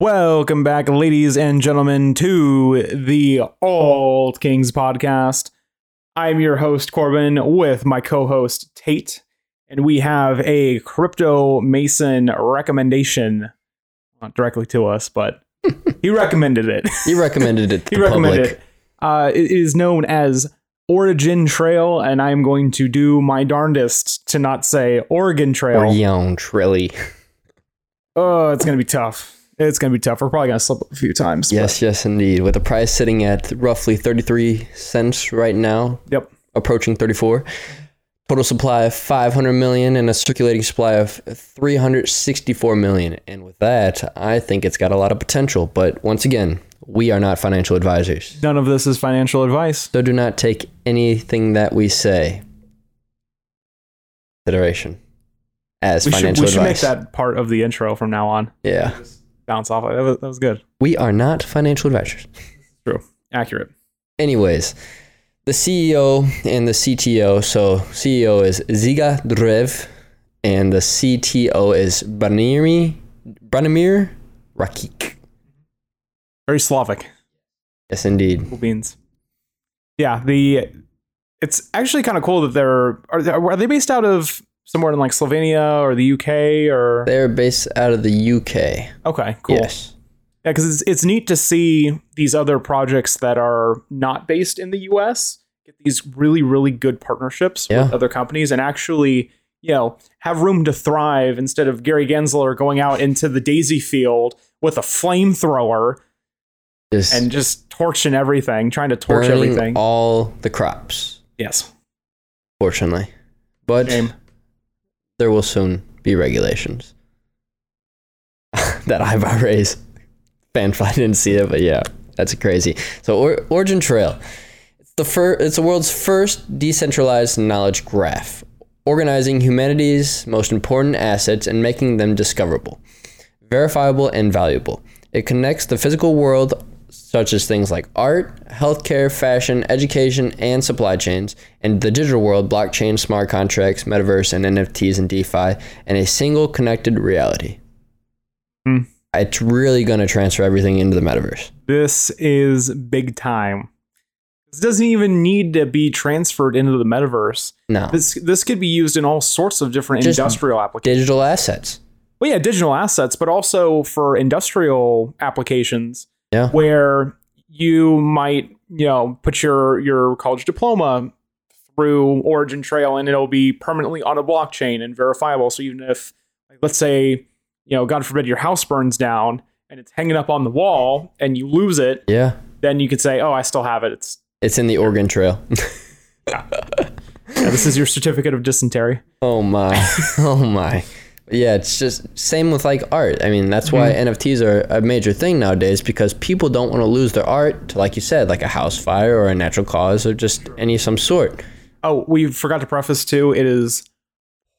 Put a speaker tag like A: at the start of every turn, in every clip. A: Welcome back, ladies and gentlemen, to the Old Kings podcast. I'm your host, Corbin, with my co host, Tate, and we have a Crypto Mason recommendation. Not directly to us, but he recommended it.
B: He recommended it to
A: he
B: the
A: recommended
B: public.
A: it. Uh, it is known as Origin Trail, and I am going to do my darndest to not say Oregon Trail.
B: Or Young Trilly.
A: Oh, it's gonna be tough. It's gonna be tough. We're probably gonna slip up a few times. but-
B: Yes, yes, indeed. With the price sitting at roughly 33 cents right now,
A: Yep.
B: approaching 34. Total supply of 500 million and a circulating supply of 364 million. And with that, I think it's got a lot of potential. But once again, we are not financial advisors.
A: None of this is financial advice.
B: So do not take anything that we say consideration as
A: We should,
B: financial
A: we should make
B: advice.
A: that part of the intro from now on.
B: yeah.
A: Bounce off. That was, that was good.
B: We are not financial advisors.
A: True. Accurate.
B: Anyways, the CEO and the CTO. So CEO is Ziga Drev, and the CTO is Branimir Branimir Rakik.
A: Very Slavic.
B: Yes, indeed.
A: Cool beans. Yeah. The it's actually kind of cool that they're are they, are they based out of somewhere in like Slovenia or the UK or
B: They're based out of the UK.
A: okay cool yeah
B: Yes.
A: because it's it's neat to see these other projects that are not based in the US get these really really good partnerships
B: Yeah.
A: with other companies and actually you know have room to thrive instead of Gary Gensler going out into the daisy field with a flamethrower
B: Just
A: and just torching everything, trying to torch
B: burning
A: everything.
B: all the crops,
A: yes.
B: fortunately. But
A: Shame.
B: there will soon be regulations that I've raised. Fanfly didn't see it, but yeah, that's crazy. So or- Origin Trail, it's the fir- it's the world's first decentralized knowledge graph, organizing humanity's most important assets and making them discoverable, verifiable, and valuable. It connects the physical world, such as things like art, healthcare, fashion, education, and supply chains, and the digital world, blockchain, smart contracts, metaverse, and NFTs and DeFi, in a single connected reality.
A: Hmm.
B: It's really going to transfer everything into the metaverse.
A: This is big time. This doesn't even need to be transferred into the metaverse.
B: No.
A: This this could be used in all sorts of different
B: Just
A: industrial applications.
B: Digital assets.
A: well yeah digital assets but also for industrial applications
B: Yeah.
A: where you might you know put your your college diploma through origin trail and it'll be permanently on a blockchain and verifiable so even if like, let's say you know god forbid your house burns down and it's hanging up on the wall and you lose it
B: Yeah.
A: then you could say oh i still have it it's
B: It's in the Oregon Trail.
A: yeah, this is your certificate of dysentery
B: Oh my. oh my. Yeah, it's just same with like art. I mean, that's
A: Mm-hmm.
B: why NFTs are a major thing nowadays because people don't want to lose their art to like you said, like a house fire or a natural cause or just any some sort.
A: Oh, we forgot to preface too. It is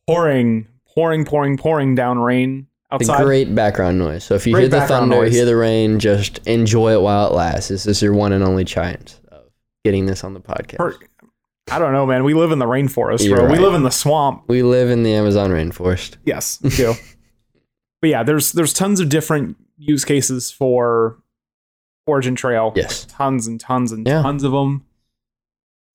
A: pouring, pouring, pouring, pouring down rain
B: The
A: outside.
B: great background noise. So if you
A: Great
B: hear the
A: background
B: thunder,
A: noise.
B: hear the rain, just enjoy it while it lasts. This is your one and only chance of getting this on the podcast.
A: Per- I don't know, man. We live in the rainforest,
B: You're
A: bro. We
B: right.
A: live in the swamp.
B: we live in the Amazon rainforest.
A: Yes, we do. but yeah, there's there's tons of different use cases for Origin Trail.
B: Yes.
A: Tons and tons and
B: Yeah.
A: tons of them.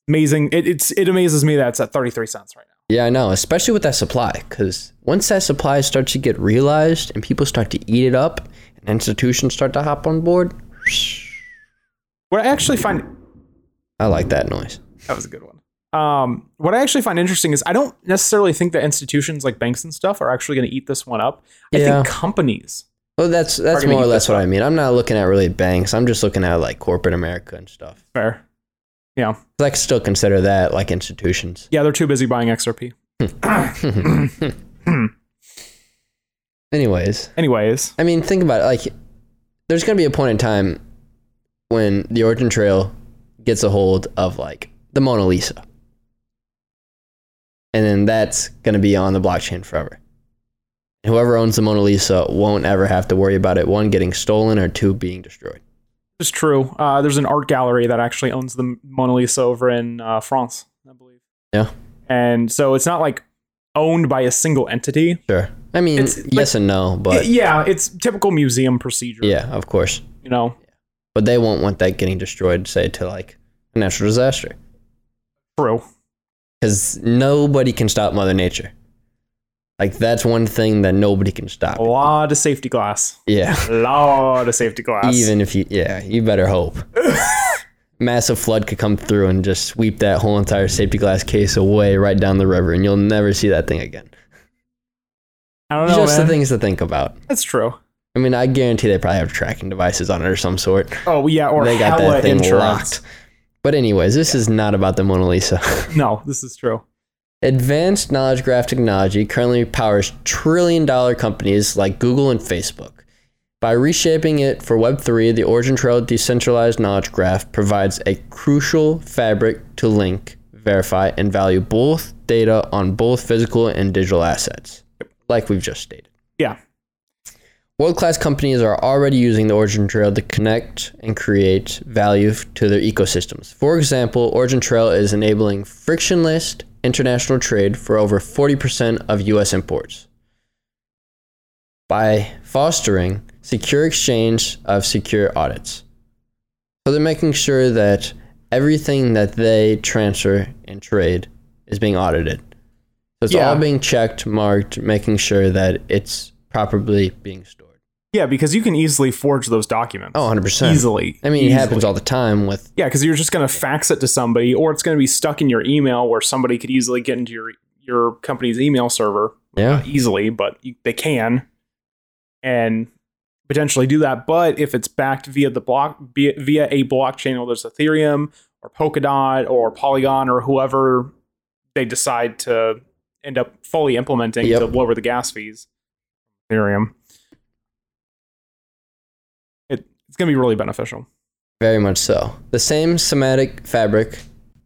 A: Amazing. It, it's it amazes me that it's at 33 cents right now.
B: Yeah, I know, especially with that supply, because once that supply starts to get realized and people start to eat it up and institutions start to hop on board,
A: What I actually find
B: I like that noise.
A: That was a good one. Um, what I actually find interesting is I don't necessarily think that institutions like banks and stuff are actually going to eat this one up. I
B: Yeah.
A: think companies.
B: Well, that's that's
A: Argument
B: more or
A: you
B: less what I mean. I'm not looking at really banks. I'm just looking at like corporate America and stuff.
A: Fair. Yeah.
B: 'Cause I still consider that like institutions.
A: Yeah, they're too busy buying XRP.
B: Anyways,
A: Anyways,
B: I mean, think about it. Like, there's gonna be a point in time when the Origin Trail gets a hold of like the Mona Lisa, and then that's gonna be on the blockchain forever. Whoever owns the Mona Lisa won't ever have to worry about it one getting stolen or two being destroyed.
A: it's true. Uh, there's an art gallery that actually owns the Mona Lisa over in uh, France, I believe.
B: Yeah.
A: And so it's not like owned by a single entity,
B: Sure. I mean,
A: It's like-
B: yes and no, but
A: yeah, it's typical museum procedure.
B: yeah, of course.
A: You know,
B: But they won't want that getting destroyed, say, to like a natural disaster.
A: true.
B: Because nobody can stop Mother Nature. Like, that's one thing that nobody can stop.
A: A lot of safety glass.
B: Yeah.
A: A lot of safety glass.
B: Even if you, yeah, you better hope. Massive flood could come through and just sweep that whole entire safety glass case away right down the river, and you'll never see that thing again.
A: I don't know,
B: just
A: man.
B: the things to think about.
A: That's true.
B: I mean, I guarantee they probably have tracking devices on it or some sort.
A: Oh yeah, or
B: they got
A: hella
B: that thing
A: insurance.
B: locked. But anyways, this is not about the Mona Lisa.
A: No, this is true.
B: Advanced knowledge graph technology currently powers trillion dollar companies like Google and Facebook. By reshaping it for Web3, the Origin Trail decentralized knowledge graph provides a crucial fabric to link, verify, and value both data on both physical and digital assets, like we've just stated.
A: Yeah.
B: World class companies are already using the Origin Trail to connect and create value f- to their ecosystems. For example, Origin Trail is enabling frictionless international trade for over 40% of US imports by fostering secure exchange of secure audits. So they're making sure that everything that they transfer and trade is being audited. So it's
A: Yeah.
B: all being checked, marked, making sure that it's properly being stored.
A: Yeah, because you can easily forge those documents.
B: Oh, 100%.
A: easily.
B: I mean,
A: Easily.
B: it happens all the time with
A: Yeah, because you're just going to fax it to somebody, or it's going to be stuck in your email, where somebody could easily get into your your company's email server.
B: yeah.
A: Not easily, but you, they can, and potentially do that. But if it's backed via the block via, via a blockchain, whether it's Ethereum or Polkadot or Polygon or whoever they decide to end up fully implementing
B: Yep.
A: to lower the gas fees, Ethereum, it, it's going to be really beneficial.
B: Very much so. The same semantic fabric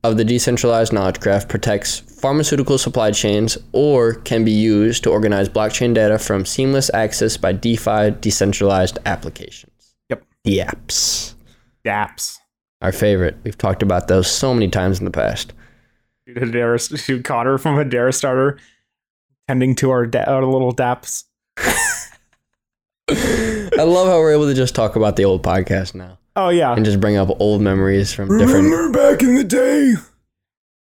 B: of the decentralized knowledge graph protects pharmaceutical supply chains or can be used to organize blockchain data from seamless access by DeFi decentralized applications.
A: Yep.
B: The apps.
A: Dapps.
B: Our favorite. We've talked about those so many times in the past.
A: Dude, Hedera, dude, Connor from Hedera Starter, tending to our, da- our little daps.
B: I love how we're able to just talk about the old podcast now
A: Oh yeah.
B: and just bring up old memories from different.
A: back in the day,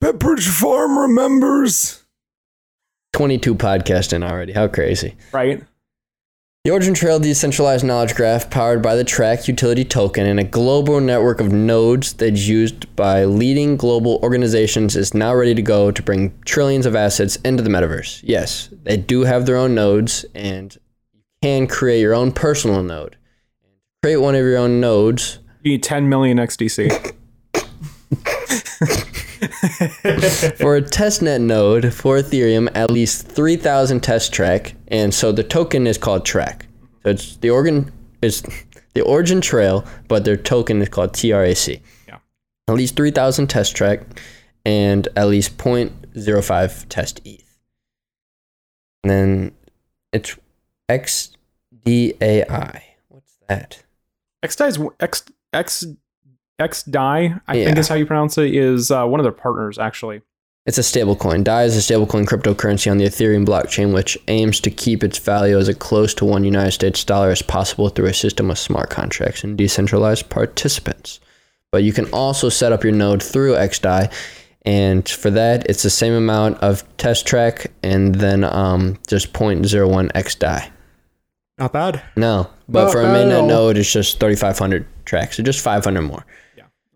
A: Pepperidge Farm remembers.
B: 22 podcasts in already. How crazy.
A: Right.
B: The Origin Trail decentralized knowledge graph powered by the Track utility token and a global network of nodes that's used by leading global organizations is now ready to go to bring trillions of assets into the metaverse. Yes, they do have their own nodes and you can create your own personal node. Create one of your own nodes.
A: You need 10 million XDC.
B: For a testnet node for Ethereum, at least 3,000 test track, and so the token is called track. So it's the organ it's the origin trail, but their token is called TRAC.
A: Yeah.
B: At least 3,000 test track and at least 0.05 test ETH. And then it's XDAI. What's that?
A: X Die's X X X Die, I
B: Yeah.
A: think is how you pronounce it, is uh, one of their partners actually.
B: It's a stablecoin. DAI is a stablecoin cryptocurrency on the Ethereum blockchain, which aims to keep its value as close to one United States dollar as possible through a system of smart contracts and decentralized participants. But you can also set up your node through XDAI, and for that, it's the same amount of test track and then um, just 0.01 XDAI.
A: Not bad.
B: No, but
A: Not
B: for a
A: bad at all.
B: mainnet node, it's just 3,500 tracks, so just 500 more.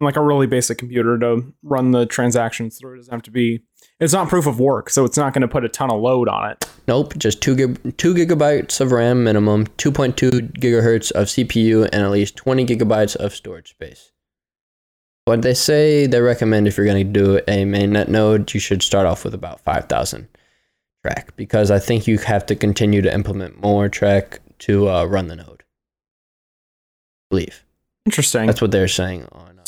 A: Like a really basic computer to run the transactions through. It doesn't have to be. It's not proof of work, so it's not going to put a ton of load on it.
B: Nope, just two gig- two gigabytes of RAM minimum, two point two gigahertz of CPU, and at least twenty gigabytes of storage space. What they say they recommend if you're going to do a mainnet node, you should start off with about five thousand track because I think you have to continue to implement more track to uh, run the node. believe
A: Interesting.
B: that's what they're saying on. Uh,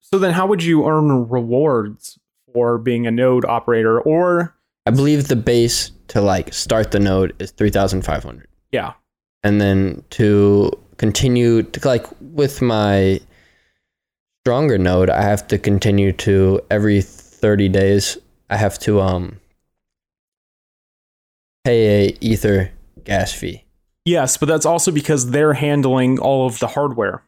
A: So then, how would you earn rewards for being a node operator? Or
B: I believe the base to like start the node is three thousand five hundred.
A: yeah,
B: and then to continue to like with my stronger node i have to continue to every 30 days i have to um pay a ether gas fee.
A: Yes, but that's also because they're handling all of the hardware.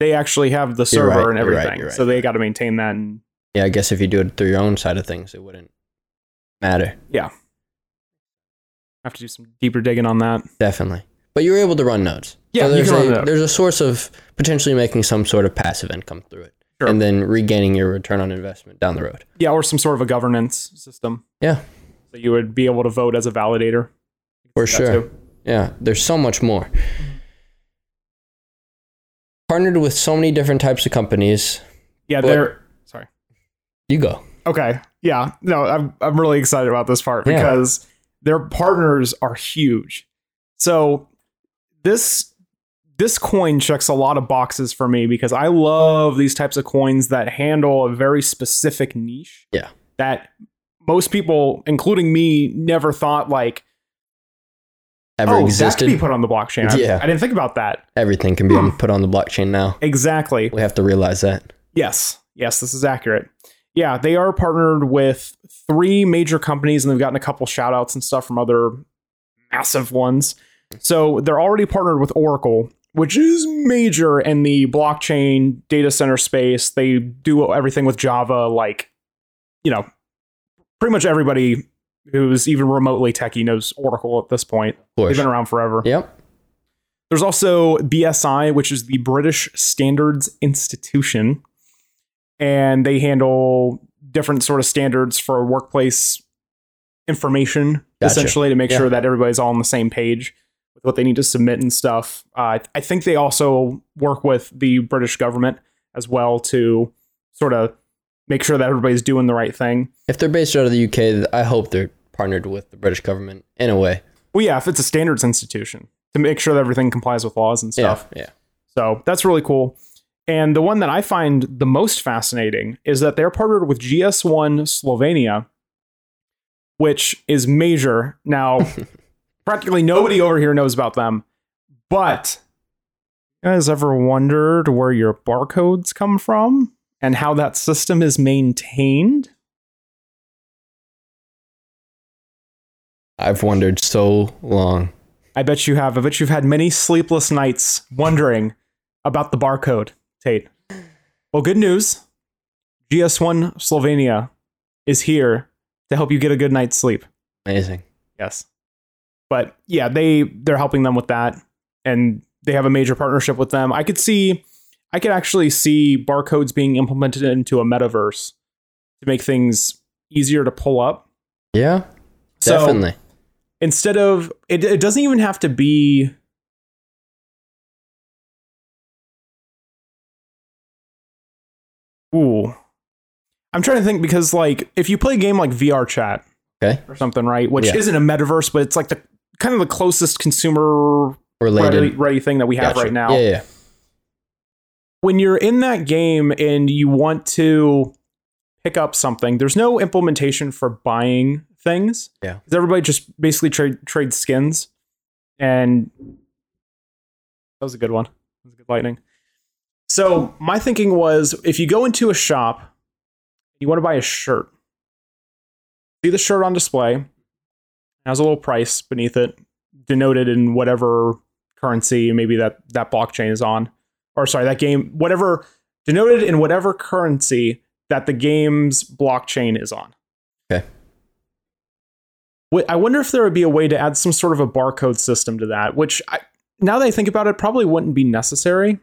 A: They actually have the
B: You're
A: server
B: right,
A: and
B: you're right,
A: everything,
B: you're right.
A: so they got to maintain that. And
B: Yeah, I guess if you do it through your own side of things, it wouldn't matter.
A: have to do some deeper digging on that.
B: Definitely. But you were able to run nodes.
A: Yeah, you
B: there's,
A: can
B: a,
A: run nodes.
B: there's a source of potentially making some sort of passive income through it.
A: Sure.
B: And then regaining your return on investment down the road.
A: Yeah, or some sort of a governance system.
B: Yeah.
A: So you would be able to vote as a validator.
B: For
A: That
B: sure.
A: too.
B: Yeah, there's so much more. Partnered with so many different types of companies.
A: Yeah,
B: But-
A: they're sorry.
B: You go.
A: Okay. Yeah. No, I'm I'm really excited about this part
B: Yeah.
A: because their partners are huge. So this this coin checks a lot of boxes for me because I love these types of coins that handle a very specific niche.
B: Yeah.
A: That most people, including me, never thought like,
B: Ever
A: oh, that
B: existed.
A: could be Hmm. put on the blockchain. I-
B: Yeah.
A: I didn't think about that.
B: Everything can be put on the blockchain now.
A: Exactly.
B: We have to realize that.
A: Yes. Yes, this is accurate. Yeah, they are partnered with three major companies and they've gotten a couple shout outs and stuff from other massive ones. So they're already partnered with Oracle, which is major in the blockchain data center space. They do everything with Java, like, you know, pretty much everybody who's even remotely techie knows Oracle at this point.
B: Of course.
A: They've been around forever.
B: Yep.
A: There's also BSI, which is the British Standards Institution, and they handle different sort of standards for workplace information,
B: Gotcha.
A: essentially, to make
B: Yeah.
A: sure that everybody's all on the same page with what they need to submit and stuff. Uh, I- I think they also work with the British government as well to sort of make sure that everybody's doing the right thing.
B: If they're based out of the UK, th- I hope they're partnered with the British government in a way.
A: Well, yeah, if it's a standards institution, to make sure that everything complies with laws and stuff.
B: Yeah. Yeah.
A: So that's really cool. And the one that I find the most fascinating is that they're partnered with GS1 Slovenia, which is major. Now, practically nobody over here knows about them, but you guys ever wondered where your barcodes come from and how that system is maintained?
B: I've wondered so long.
A: I bet you have. I bet you've had many sleepless nights wondering about the barcode, Tate. Well, good news. GS1 Slovenia is here to help you get a good night's sleep.
B: Amazing.
A: Yes. But yeah, they they're helping them with that and they have a major partnership with them. I could see I could actually see barcodes being implemented into a metaverse to make things easier to pull up.
B: Yeah.
A: So-
B: definitely.
A: instead of it, it doesn't even have to be ooh i'm trying to think because like if you play a game like vr chat
B: Okay.
A: or something right which
B: Yeah.
A: isn't a metaverse but it's like the kind of the closest consumer
B: Related.
A: ready, ready thing that we have
B: Gotcha.
A: right now
B: Yeah. Yeah.
A: when you're in that game and you want to pick up something, there's no implementation for buying things.
B: Yeah.
A: 'Cause everybody just basically trade trade skins, and that was a good one. That was good lightning. So my thinking was, if you go into a shop, you want to buy a shirt. See the shirt on display. It has a little price beneath it, denoted in whatever currency maybe that that blockchain is on or sorry, that game, whatever denoted in whatever currency that the game's blockchain is on.
B: Okay.
A: Wh- I wonder if there would be a way to add some sort of a barcode system to that, which I, now that I think about it, probably wouldn't be necessary.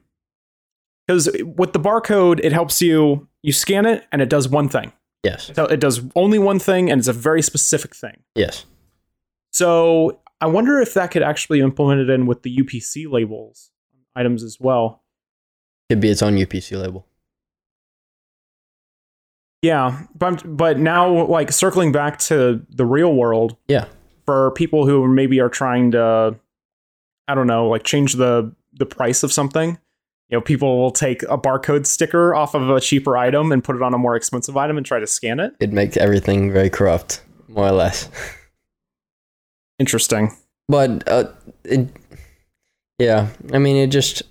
A: Because with the barcode, it helps you, you scan it and it does one thing.
B: Yes.
A: So it does only one thing and it's a very specific thing.
B: Yes.
A: So I wonder if that could actually be implemented in with the UPC labels items as well.
B: Could be its own UPC label.
A: Yeah, but I'm- but now like circling back to the real world.
B: Yeah.
A: For people who maybe are trying to I don't know, like change the the price of something. You know, people will take a barcode sticker off of a cheaper item and put it on a more expensive item and try to scan it.
B: It makes everything very corrupt, more or less.
A: Interesting.
B: But uh, it, yeah, I mean, it just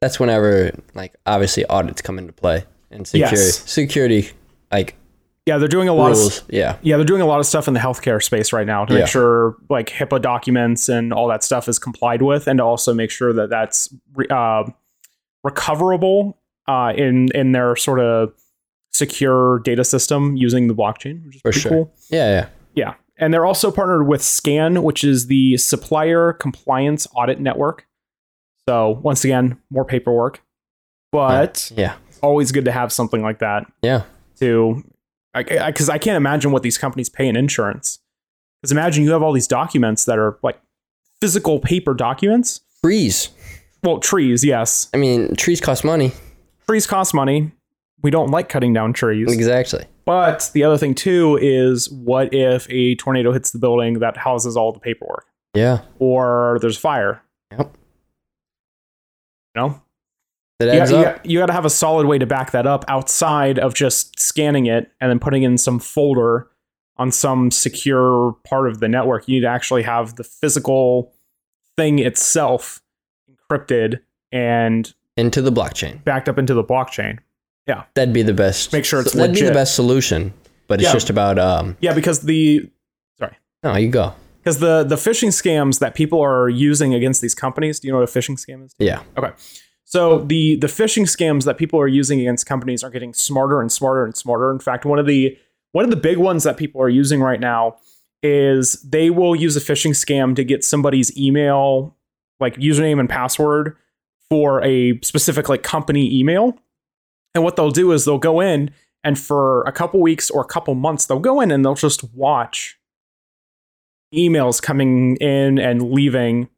B: that's whenever like obviously audits come into play and security
A: Yes.
B: security like
A: Yeah, they're doing a lot of
B: rules. Yeah.
A: yeah, they're doing a lot of stuff in the healthcare space right now to
B: Yeah.
A: make sure like HIPAA documents and all that stuff is complied with, and to also make sure that that's re- uh, recoverable uh, in in their sort of secure data system using the blockchain, which is
B: For
A: pretty
B: sure.
A: cool.
B: Yeah. Yeah.
A: Yeah. And they're also partnered with SCAN, which is the Supplier Compliance Audit Network. So, once again, more paperwork, but
B: Yeah.
A: it's always good to have something like that
B: Yeah.
A: to, because I, 'cause I can't imagine what these companies pay in insurance. Because imagine you have all these documents that are like physical paper documents.
B: Trees.
A: Well, trees, yes.
B: I mean, trees cost money.
A: Trees cost money. We don't like cutting down trees.
B: Exactly.
A: But the other thing, too, is what if a tornado hits the building that houses all the paperwork?
B: Yeah.
A: or there's fire.
B: Yep.
A: You know,
B: That
A: you,
B: adds
A: got- you
B: up.
A: got- you got to have a solid way to back that up outside of just scanning it and then putting it in some folder on some secure part of the network. You need to actually have the physical thing itself encrypted and
B: Into the blockchain.
A: backed up into the blockchain.
B: That'd be the best.
A: Make sure it's
B: that'd be the
A: legit.
B: best solution. But it's
A: Yeah.
B: just about um.
A: Yeah, because the
B: No, you go.
A: because the the phishing scams that people are using against these companies. Do you know what a phishing scam is?
B: Yeah.
A: So the the phishing scams that people are using against companies are getting smarter and smarter and smarter. In fact, one of the one of the big ones that people are using right now is they will use a phishing scam to get somebody's email, like username and password for a specific like company email. And what they'll do is they'll go in and for a couple weeks or a couple months they'll go in and they'll just watch emails coming in and leaving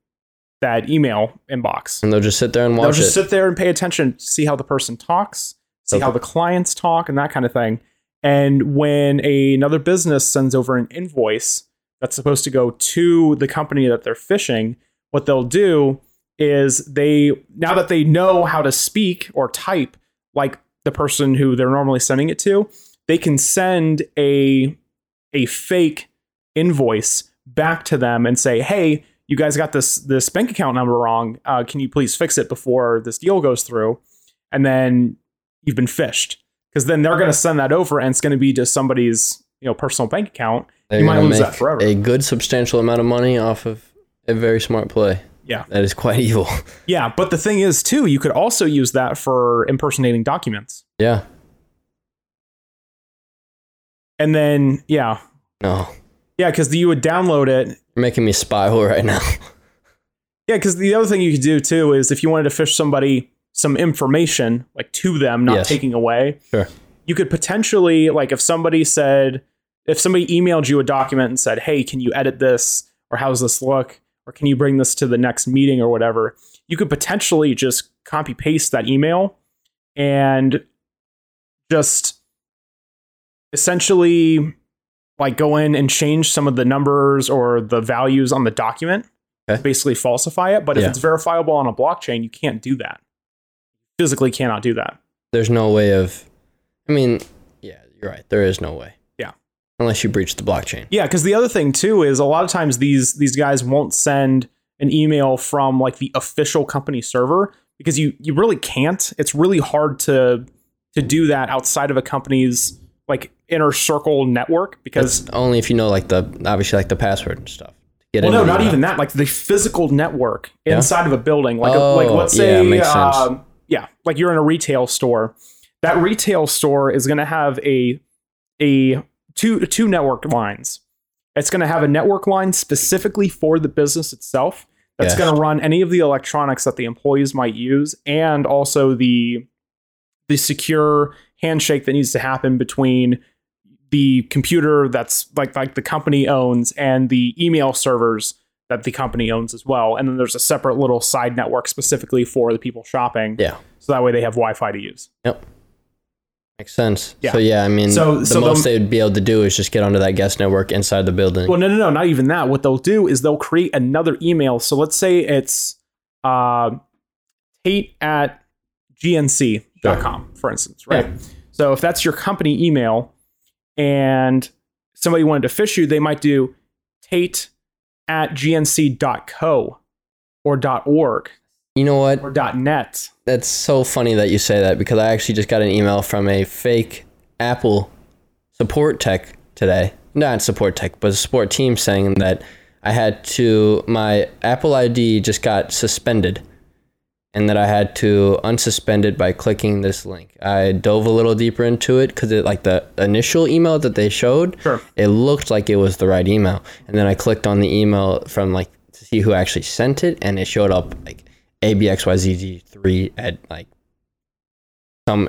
A: that email inbox.
B: And they'll just sit there and
A: They'll
B: watch
A: just
B: it.
A: sit there and pay attention, see how the person talks, see
B: Okay.
A: how the clients talk, and that kind of thing. And when a- another business sends over an invoice that's supposed to go to the company that they're phishing, what they'll do is they now that they know how to speak or type like the person who they're normally sending it to, they can send a a fake invoice back to them and say, "Hey, you guys got this this bank account number wrong. Uh, can you please fix it before this deal goes through?" And then you've been fished because then they're going to send that over and it's going to be to somebody's you know personal bank account.
B: They're
A: you might
B: gonna
A: lose that
B: make
A: forever.
B: A good substantial amount of money off of a very smart play.
A: Yeah.
B: That is quite evil.
A: Yeah, but the thing is too, you could also use that for impersonating documents.
B: yeah.
A: And then yeah,
B: No.
A: yeah, because you would download it
B: You're making me spiral right now.
A: Yeah, because the other thing you could do too is if you wanted to fish somebody some information like to them, not
B: Yes.
A: taking away.
B: Sure.
A: You could potentially like if somebody said if somebody emailed you a document and said, "Hey, can you edit this?" or "How's this look?" or "Can you bring this to the next meeting?" or whatever, you could potentially just copy paste that email and just essentially like go in and change some of the numbers or the values on the document
B: Okay.
A: basically falsify it but
B: Yeah.
A: if it's verifiable on a blockchain you can't do that physically cannot do that
B: There's no way of. I mean, yeah, you're right. There is no way.
A: Yeah.
B: Unless you breach the blockchain.
A: yeah because the other thing too is a lot of times these these guys won't send an email from like the official company server because you you really can't it's really hard to to do that outside of a company's like inner circle network because
B: That's only if you know like the obviously like the password and stuff. to Get
A: Well,
B: in
A: no,
B: and
A: not
B: out.
A: even that. Like the physical network
B: Yeah?
A: inside of a building. Like, a, like
B: Oh,
A: let's
B: yeah,
A: say,
B: makes sense.
A: um, yeah, like you're in a retail store. That retail store is going to have a a two two network lines. It's going to have a network line specifically for the business itself. That's
B: Yes.
A: going to run any of the electronics that the employees might use, and also the the secure handshake that needs to happen between the computer that's like like the company owns and the email servers that the company owns as well. And then there's a separate little side network specifically for the people shopping.
B: Yeah.
A: So that way they have Wi-Fi to use.
B: Makes sense.
A: Yeah.
B: So yeah, I mean,
A: So-
B: the
A: so
B: most
A: the-
B: they'd be able to do is just get onto that guest network inside the building.
A: Well, no, no, no, not even that. What they'll do is they'll create another email. So let's say it's uh, Tate at gnc.com, for instance, right? So if that's your company email and somebody wanted to fish you, they might do Tate at gnc.co or .org
B: you know what?
A: or .net.
B: That's so funny that you say that because I actually just got an email from a fake Apple support tech today. Not support tech, but a support team saying that I had to my Apple ID just got suspended and that I had to unsuspend it by clicking this link. I dove a little deeper into it cuz it like the initial email that they showed,
A: Sure.
B: it looked like it was the right email. And then I clicked on the email from like to see who actually sent it and it showed up like abxyzg3 at like some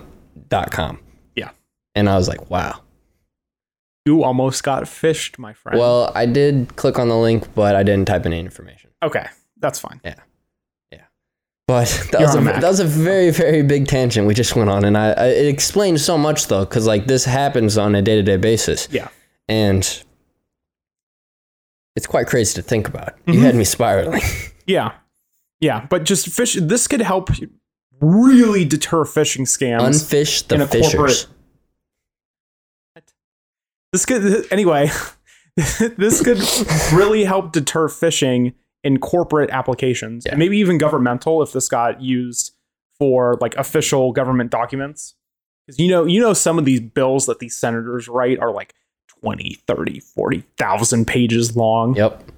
B: dot com.
A: Yeah.
B: And I was like, wow.
A: You almost got fished, my friend.
B: Well, I did click on the link, but I didn't type in any information.
A: okay, that's fine.
B: But that
A: You're
B: was, a,
A: on a Mac.
B: that was a very, very big tangent we just went on. And I, I it explained so much, though, because like this happens on a day to day basis.
A: Yeah.
B: And it's quite crazy to think about.
A: Mm-hmm.
B: You had me spiraling.
A: Yeah. Yeah, but just fish this could help really deter phishing scams.
B: Unfish
A: In
B: the
A: a corporate-
B: fishers.
A: this could anyway, this could really help deter phishing in corporate applications and maybe even governmental if this got used for like official government documents. Cuz you know, you know some of these bills that these senators write are like 20, 30, 40,000 pages long.
B: Yep.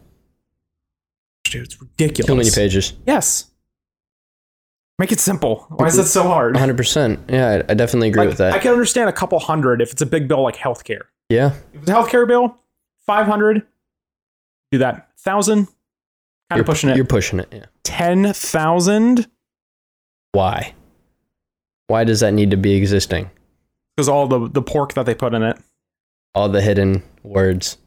A: Dude, it's ridiculous.
B: Too many pages.
A: Yes. Make it simple. Why is that so hard?
B: 100%. Yeah, I, I definitely agree
A: Like,
B: with that.
A: I can understand a couple hundred if it's a big bill like healthcare.
B: yeah.
A: If it's a healthcare bill, 500, do that. 1,000, kind
B: You're
A: of pushing it.
B: You're pushing it. Yeah.
A: 10,000,
B: Why? Why does that need to be existing?
A: because all the, the pork that they put in it.
B: All the hidden words.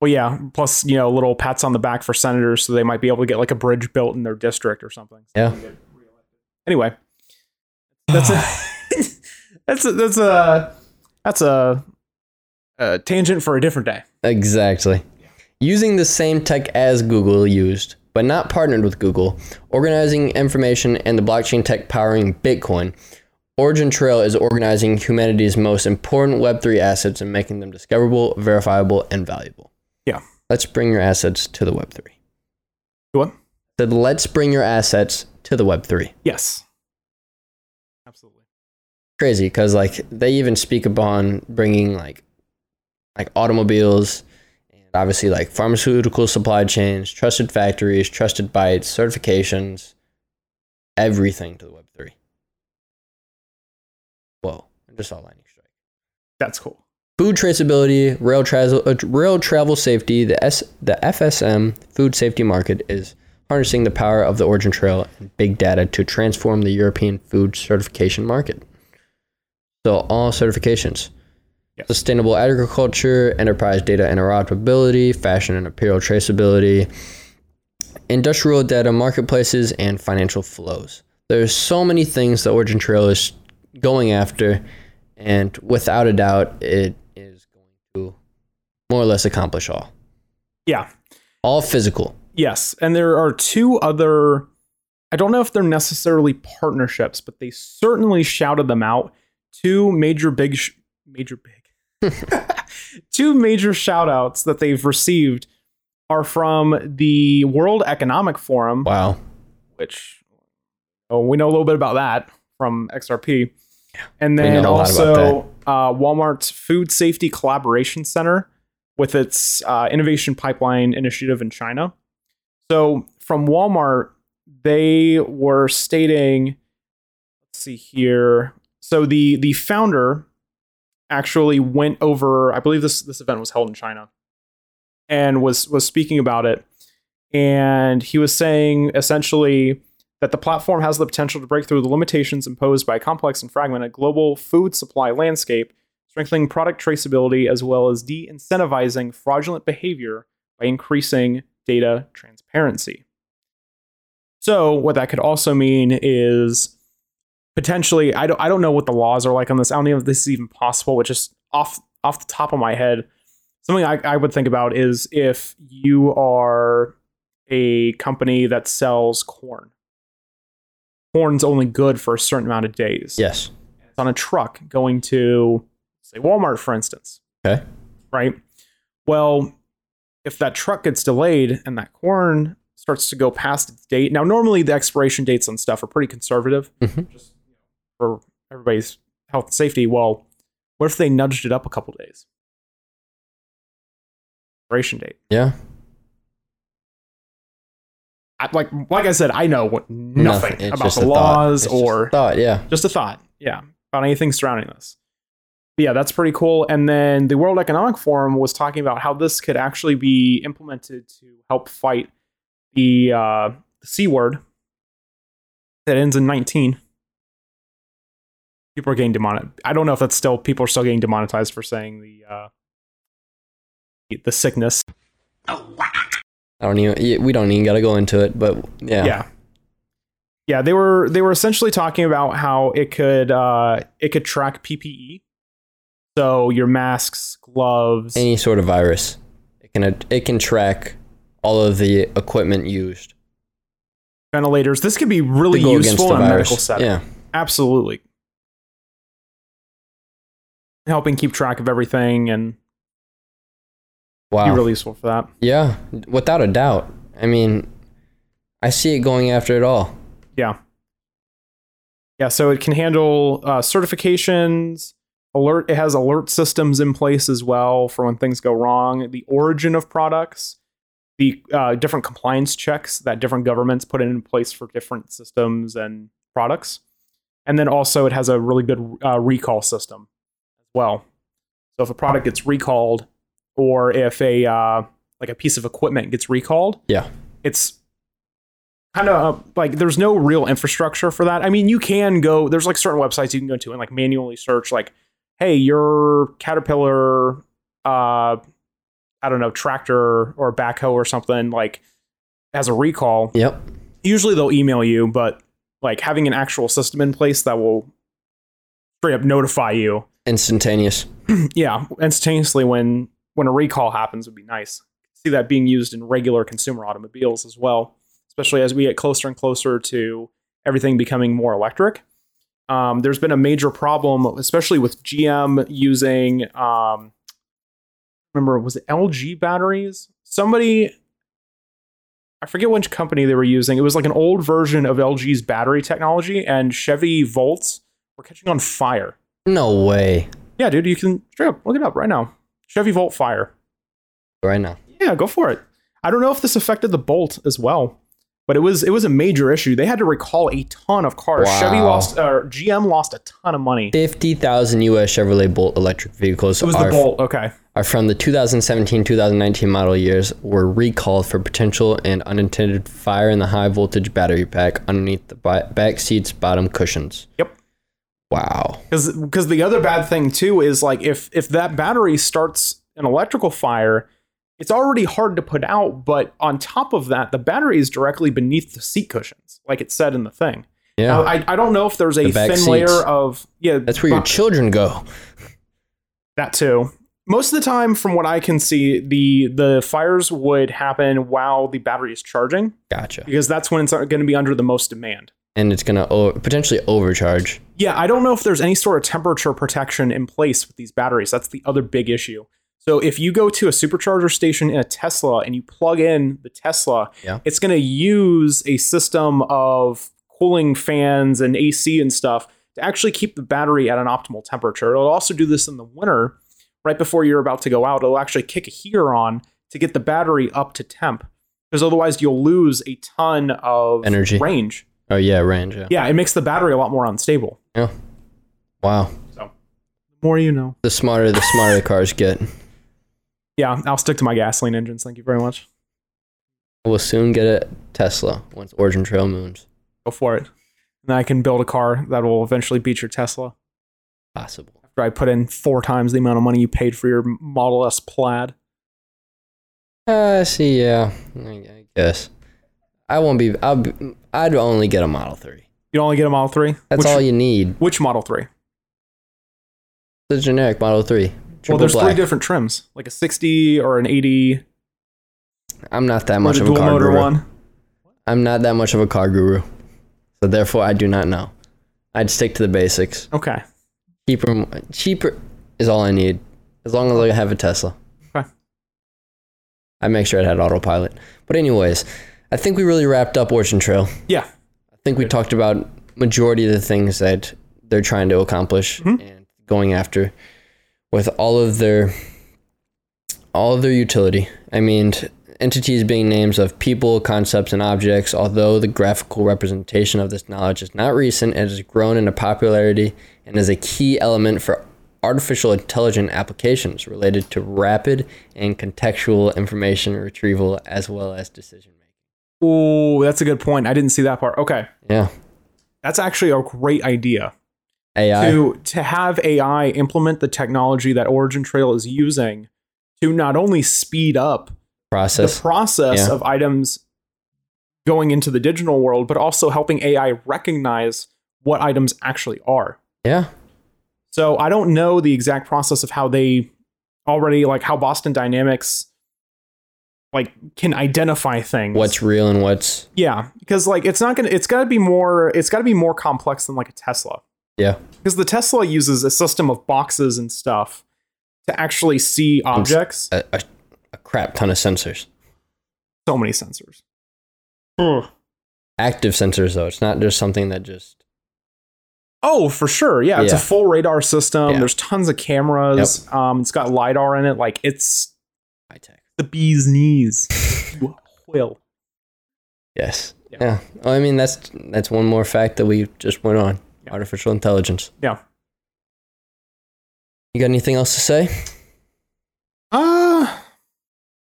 A: Well, yeah, plus, you know, little pats on the back for senators so they might be able to get like a bridge built in their district or something.
B: Yeah.
A: Anyway, that's a, that's a, that's a, that's a, a tangent for a different day.
B: Exactly. Using the same tech as Google used, but not partnered with Google, organizing information and the blockchain tech powering Bitcoin, Origin Trail is organizing humanity's most important Web3 assets and making them discoverable, verifiable, and valuable.
A: Yeah.
B: Let's bring your assets to the Web3.
A: What?
B: Said, let's bring your assets to the Web3.
A: Yes. Absolutely.
B: Crazy, because like they even speak upon bringing like like automobiles and obviously like pharmaceutical supply chains, trusted factories, trusted bytes, certifications, everything to the Web three. Whoa! I just saw lightning strike.
A: That's cool.
B: Food traceability, rail travel, uh, rail travel safety. The S, the FSM food safety market is harnessing the power of the Origin Trail and big data to transform the European food certification market. So all certifications.
A: Yes.
B: Sustainable agriculture, enterprise data interoperability, fashion and apparel traceability, industrial data marketplaces, and financial flows. There's so many things the Origin Trail is going after, and without a doubt, it is going to more or less accomplish all.
A: Yeah.
B: All physical.
A: Yes, and there are two other. I don't know if they're necessarily partnerships, but they certainly shouted them out. Two major big, sh- major big, two major shout outs that they've received are from the World Economic Forum,
B: Wow.
A: which oh, we know a little bit about that from XRP, and
B: We
A: then
B: know a lot about
A: also uh, Walmart's Food Safety Collaboration Center with its uh, Innovation Pipeline Initiative in China. So from Walmart, they were stating, let's see here. So the the founder actually went over. I believe this this event was held in China, and was was speaking about it, and he was saying essentially that the platform has the potential to break through the limitations imposed by a complex and fragmented global food supply landscape, strengthening product traceability as well as de-incentivizing fraudulent behavior by increasing data transparency. So, what that could also mean is potentially I don't I don't know what the laws are like on this. I don't know if this is even possible, but just off off the top of my head, something I, I would think about is if you are a company that sells corn. Corn's only good for a certain amount of days
B: Yes.
A: it's on a truck going to say Walmart for instance.
B: Okay.
A: Right? Well, if that truck gets delayed and that corn starts to go past its date. Now normally the expiration dates on stuff are pretty conservative
B: Mhm.
A: just you know, for everybody's health and safety. Well, what if they nudged it up a couple days? expiration date.
B: Yeah.
A: I, like like I said, I know what, nothing,
B: It's
A: about
B: just
A: the
B: a thought.
A: laws
B: It's just a
A: or
B: thought. Yeah.
A: just a thought. Yeah, about anything surrounding this. But yeah, that's pretty cool. And then the World Economic Forum was talking about how this could actually be implemented to help fight the uh, C word that ends in 19. People are getting demonetized. I don't know if that's still, people are still getting demonetized for saying the, uh, the sickness.
B: I don't even. yeah, We don't even got to go into it, but yeah.
A: yeah yeah they were they were essentially talking about how it could uh it could track ppe so your masks gloves
B: Any sort of virus, it can it can track all of the equipment used
A: ventilators this could be
B: to
A: really
B: go against
A: useful
B: the
A: in a medical
B: virus.
A: setting
B: Yeah.
A: absolutely helping keep track of everything and
B: Wow.
A: be really useful for that
B: yeah. Without a doubt. I mean, I see it going after it all.
A: Yeah. Yeah, so it can handle uh, certifications, alert. It has alert systems in place as well for when things go wrong, the origin of products, the uh, different compliance checks that different governments put in place for different systems and products. And then also, it has a really good uh, recall system as well. So if a product gets recalled, or if a uh, like a piece of equipment gets recalled,
B: Yeah.
A: it's kind of uh, like there's no real infrastructure for that. I mean, you can go there's like certain websites you can go to and like manually search like, hey, your Caterpillar, uh, I don't know, tractor or backhoe or something like has a recall.
B: Yep.
A: Usually they'll email you, but like having an actual system in place that will straight up notify you,
B: Instantaneous.
A: yeah, instantaneously when when a recall happens would be nice. See that being used in regular consumer automobiles as well especially as we get closer and closer to everything becoming more electric. Um, there's been a major problem, especially with GM using, um, remember, was it LG batteries? Somebody, I forget which company they were using. It was like an old version of LG's battery technology, and Chevy Volts were catching on fire.
B: No way.
A: Yeah, dude, you can straight up look it up right now. Chevy Volt fire.
B: Right now.
A: Yeah, go for it. I don't know if this affected the Bolt as well, but it was it was a major issue. They had to recall a ton of cars.
B: Wow.
A: Chevy lost, or GM lost a ton of money.
B: Fifty thousand U.S. Chevrolet Bolt electric vehicles
A: It was the
B: are
A: Bolt. Okay,
B: are from the 2017-2019 model years were recalled for potential and unintended fire in the high voltage battery pack underneath the bi- back seat's bottom cushions.
A: Yep.
B: Wow.
A: because because the other bad thing too is like if if that battery starts an electrical fire, it's already hard to put out. But on top of that, the battery is directly beneath the seat cushions, like it said in the thing.
B: Yeah.
A: Now, I I don't know if there's a
B: Oh. The back
A: thin
B: seats.
A: layer of yeah.
B: That's where your
A: bu-
B: children go.
A: That too. Most of the time, from what I can see, the the fires would happen while the battery is charging
B: Gotcha.
A: because that's when it's going to be under the most demand.
B: And it's gonna o- potentially overcharge.
A: Yeah, I don't know if there's any sort of temperature protection in place with these batteries. That's the other big issue. So if you go to a supercharger station in a Tesla and you plug in the Tesla,
B: Yeah.
A: it's going to use a system of cooling fans and AC and stuff to actually keep the battery at an optimal temperature. It'll also do this in the winter, right before you're about to go out. It'll actually kick a heater on to get the battery up to temp, because otherwise you'll lose a ton of
B: Energy.
A: range.
B: Oh yeah, range. Yeah.
A: Yeah, it makes the battery a lot more unstable.
B: Wow.
A: more you know.
B: The smarter, the smarter the cars get.
A: Yeah, I'll stick to my gasoline engines. Thank you very much.
B: We'll soon get a Tesla once Origin Trail moons.
A: Go for it. And I can build a car that will eventually beat your Tesla
B: Possible.
A: after I put in four times the amount of money you paid for your Model S Plaid.
B: Uh, see, yeah, I I guess. I won't be. I'll be I'd only get a Model Three.
A: You only get a Model Three.
B: That's
A: which,
B: all you need.
A: Which Model Three?
B: The generic Model 3. Triple
A: Well, there's
B: black.
A: three different trims, like a 60 or an 80,
B: I'm not that
A: or
B: much
A: the
B: of a
A: dual
B: car
A: motor
B: guru.
A: one.
B: I'm not that much of a car guru. So therefore I do not know. I'd stick to the basics.
A: Okay.
B: Cheaper cheaper is all I need. As long as I have a Tesla.
A: Okay.
B: I make sure it had autopilot. But anyways, I think we really wrapped up Orchard Trail.
A: Yeah.
B: I think we talked about majority of the things that they're trying to accomplish and going after with all of their all of their utility. I mean, t- entities being names of people, concepts, and objects, although the graphical representation of this knowledge is not recent, it has grown into popularity and is a key element for artificial intelligent applications related to rapid and contextual information retrieval as well as decision making.
A: Oh, that's a good point. I didn't see that part. Okay.
B: Yeah.
A: That's actually a great idea.
B: AI.
A: to to have AI implement the technology that Origin Trail is using to not only speed up the
B: process.
A: process
B: yeah.
A: of items going into the digital world, but also helping AI recognize what items actually are.
B: yeah.
A: So I don't know the exact process of how they already like how Boston Dynamics like can identify things.
B: What's real and what's
A: yeah, because like it's not gonna it's gotta be more it's gotta be more complex than like a Tesla.
B: yeah.
A: because the Tesla uses a system of boxes and stuff to actually see objects.
B: A, a, a crap ton of sensors.
A: So many sensors.
B: Active sensors though. It's not just something that just
A: Oh, for sure. Yeah, it's
B: Yeah.
A: a full radar system.
B: Yeah.
A: There's tons of cameras. Um, it's got lidar in it. Like it's
B: high tech.
A: the bee's knees. You Will.
B: Yes.
A: Yeah.
B: Yeah. Well, I mean that's that's one more fact that we just went on.
A: Yeah.
B: Artificial intelligence.
A: Yeah.
B: You got anything else to say?
A: Uh,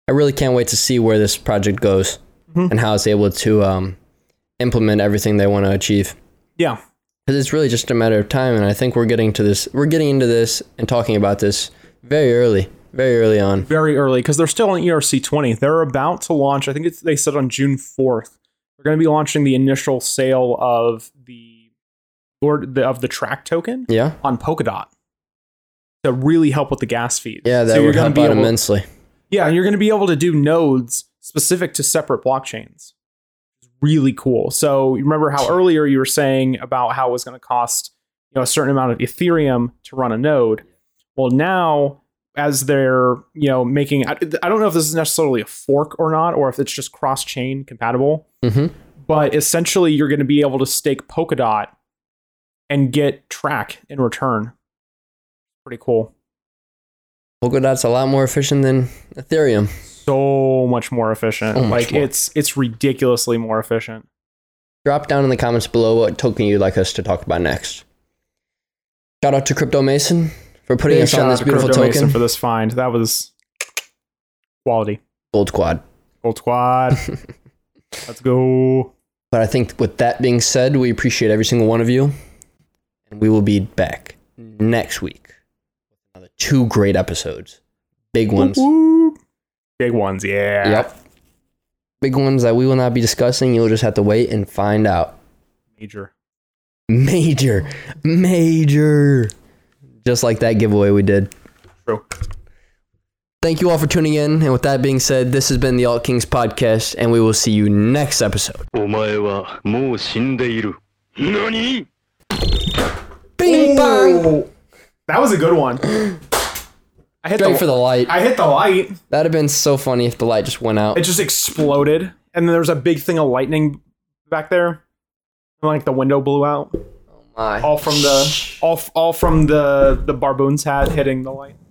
B: I really can't wait to see where this project goes
A: Mhm.
B: and how it's able to um, implement everything they want to achieve.
A: yeah.
B: Because it's really just a matter of time, and I think we're getting to this. We're getting into this and talking about this very early, very early on.
A: Very early because they're still on E ERC 20. They're about to launch. I think it's, they said on June 4th. They're going to be launching the initial sale of the Lord the, of the track token.
B: Yeah,
A: on Polkadot to really help with the gas fees.
B: yeah, that
A: So
B: would
A: gonna
B: help
A: be
B: out
A: able,
B: immensely.
A: Yeah, and you're going to be able to do nodes specific to separate blockchains. It's really cool. So you remember how earlier you were saying about how it was going to cost you know a certain amount of Ethereum to run a node. Well, now as they're you know making, I, I don't know if this is necessarily a fork or not, or if it's just cross chain compatible
B: hmm
A: but essentially you're going to be able to stake Polkadot and get track in return. Pretty cool.
B: Polkadot's a lot more efficient than Ethereum.
A: So much more efficient.
B: So much
A: like
B: more.
A: it's it's ridiculously more efficient.
B: Drop down in the comments below what token you'd like us to talk about next. Shout out to Crypto Mason for putting
A: Big
B: us on
A: shout
B: this
A: out to
B: beautiful
A: Crypto Mason
B: token.
A: for this find. That was quality.
B: Gold Quad.
A: Gold squad. Let's go.
B: But I think with that being said, we appreciate every single one of you. And we will be back next week with another two great episodes. Big ones.
A: Whoop, whoop. Big ones, yeah.
B: Yep. Big ones that we will not be discussing. You'll just have to wait and find out.
A: Major.
B: Major. Major. Just like that giveaway we did.
A: True.
B: Thank you all for tuning in. And with that being said, this has been the Alt Kings podcast, and we will see you next episode.
C: お前はもう死んでいる。何
B: Bing bong.
A: Ooh. That was a good one. I hit
B: Straight
A: the,
B: for the light.
A: I hit the light.
B: That'd have been so funny if the light just went out.
A: it just exploded and then there was a big thing of lightning back there and like the window blew out
B: My.
A: all from the all, all from the the barboons hat hitting the light